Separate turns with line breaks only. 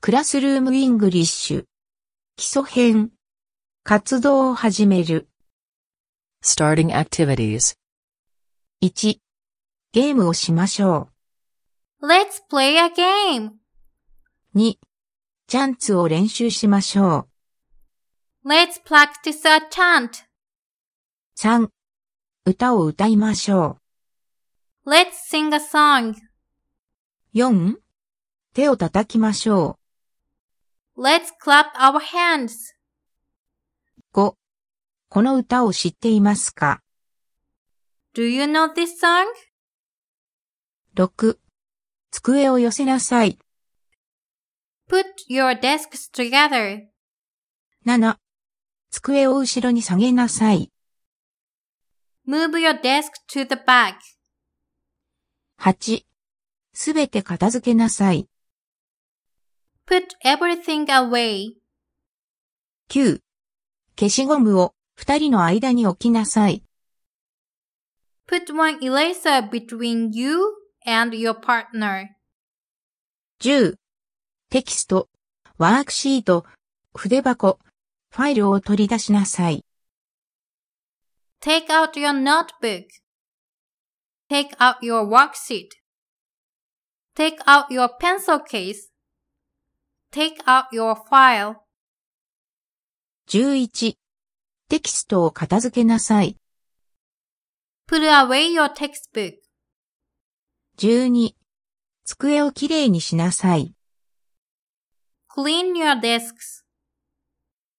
クラスルームイングリッシュ。基礎編。活動を始める。
Starting activities.
1。ゲームをしましょ
Let's play a game.
う。2。チャンツを練習しましょ
Let's practice a chant.
う。3。歌を歌いましょ
Let's sing a song.
う。4。手を叩きましょ
Let's clap our hands.
う。5。この歌を知っていますか
Do you know this song?
6. 机を寄せなさい。
Put your desks together.
7. 机を後ろに下げなさい。
Move your desk to the back.
8. すべて片付けなさい。
Put everything away.
9. 消しゴムを二人の間に置きなさい。
Put one eraser between you and your partner.
10. テキスト、ワークシート、筆箱、ファイルを取り出しなさい。
Take out your notebook. Take out your worksheet. Take out your pencil case. Take out your file.
11. テキストを片付けなさい。
Put away your textbook.
12. 机をきれいにしなさい。
Clean your desks.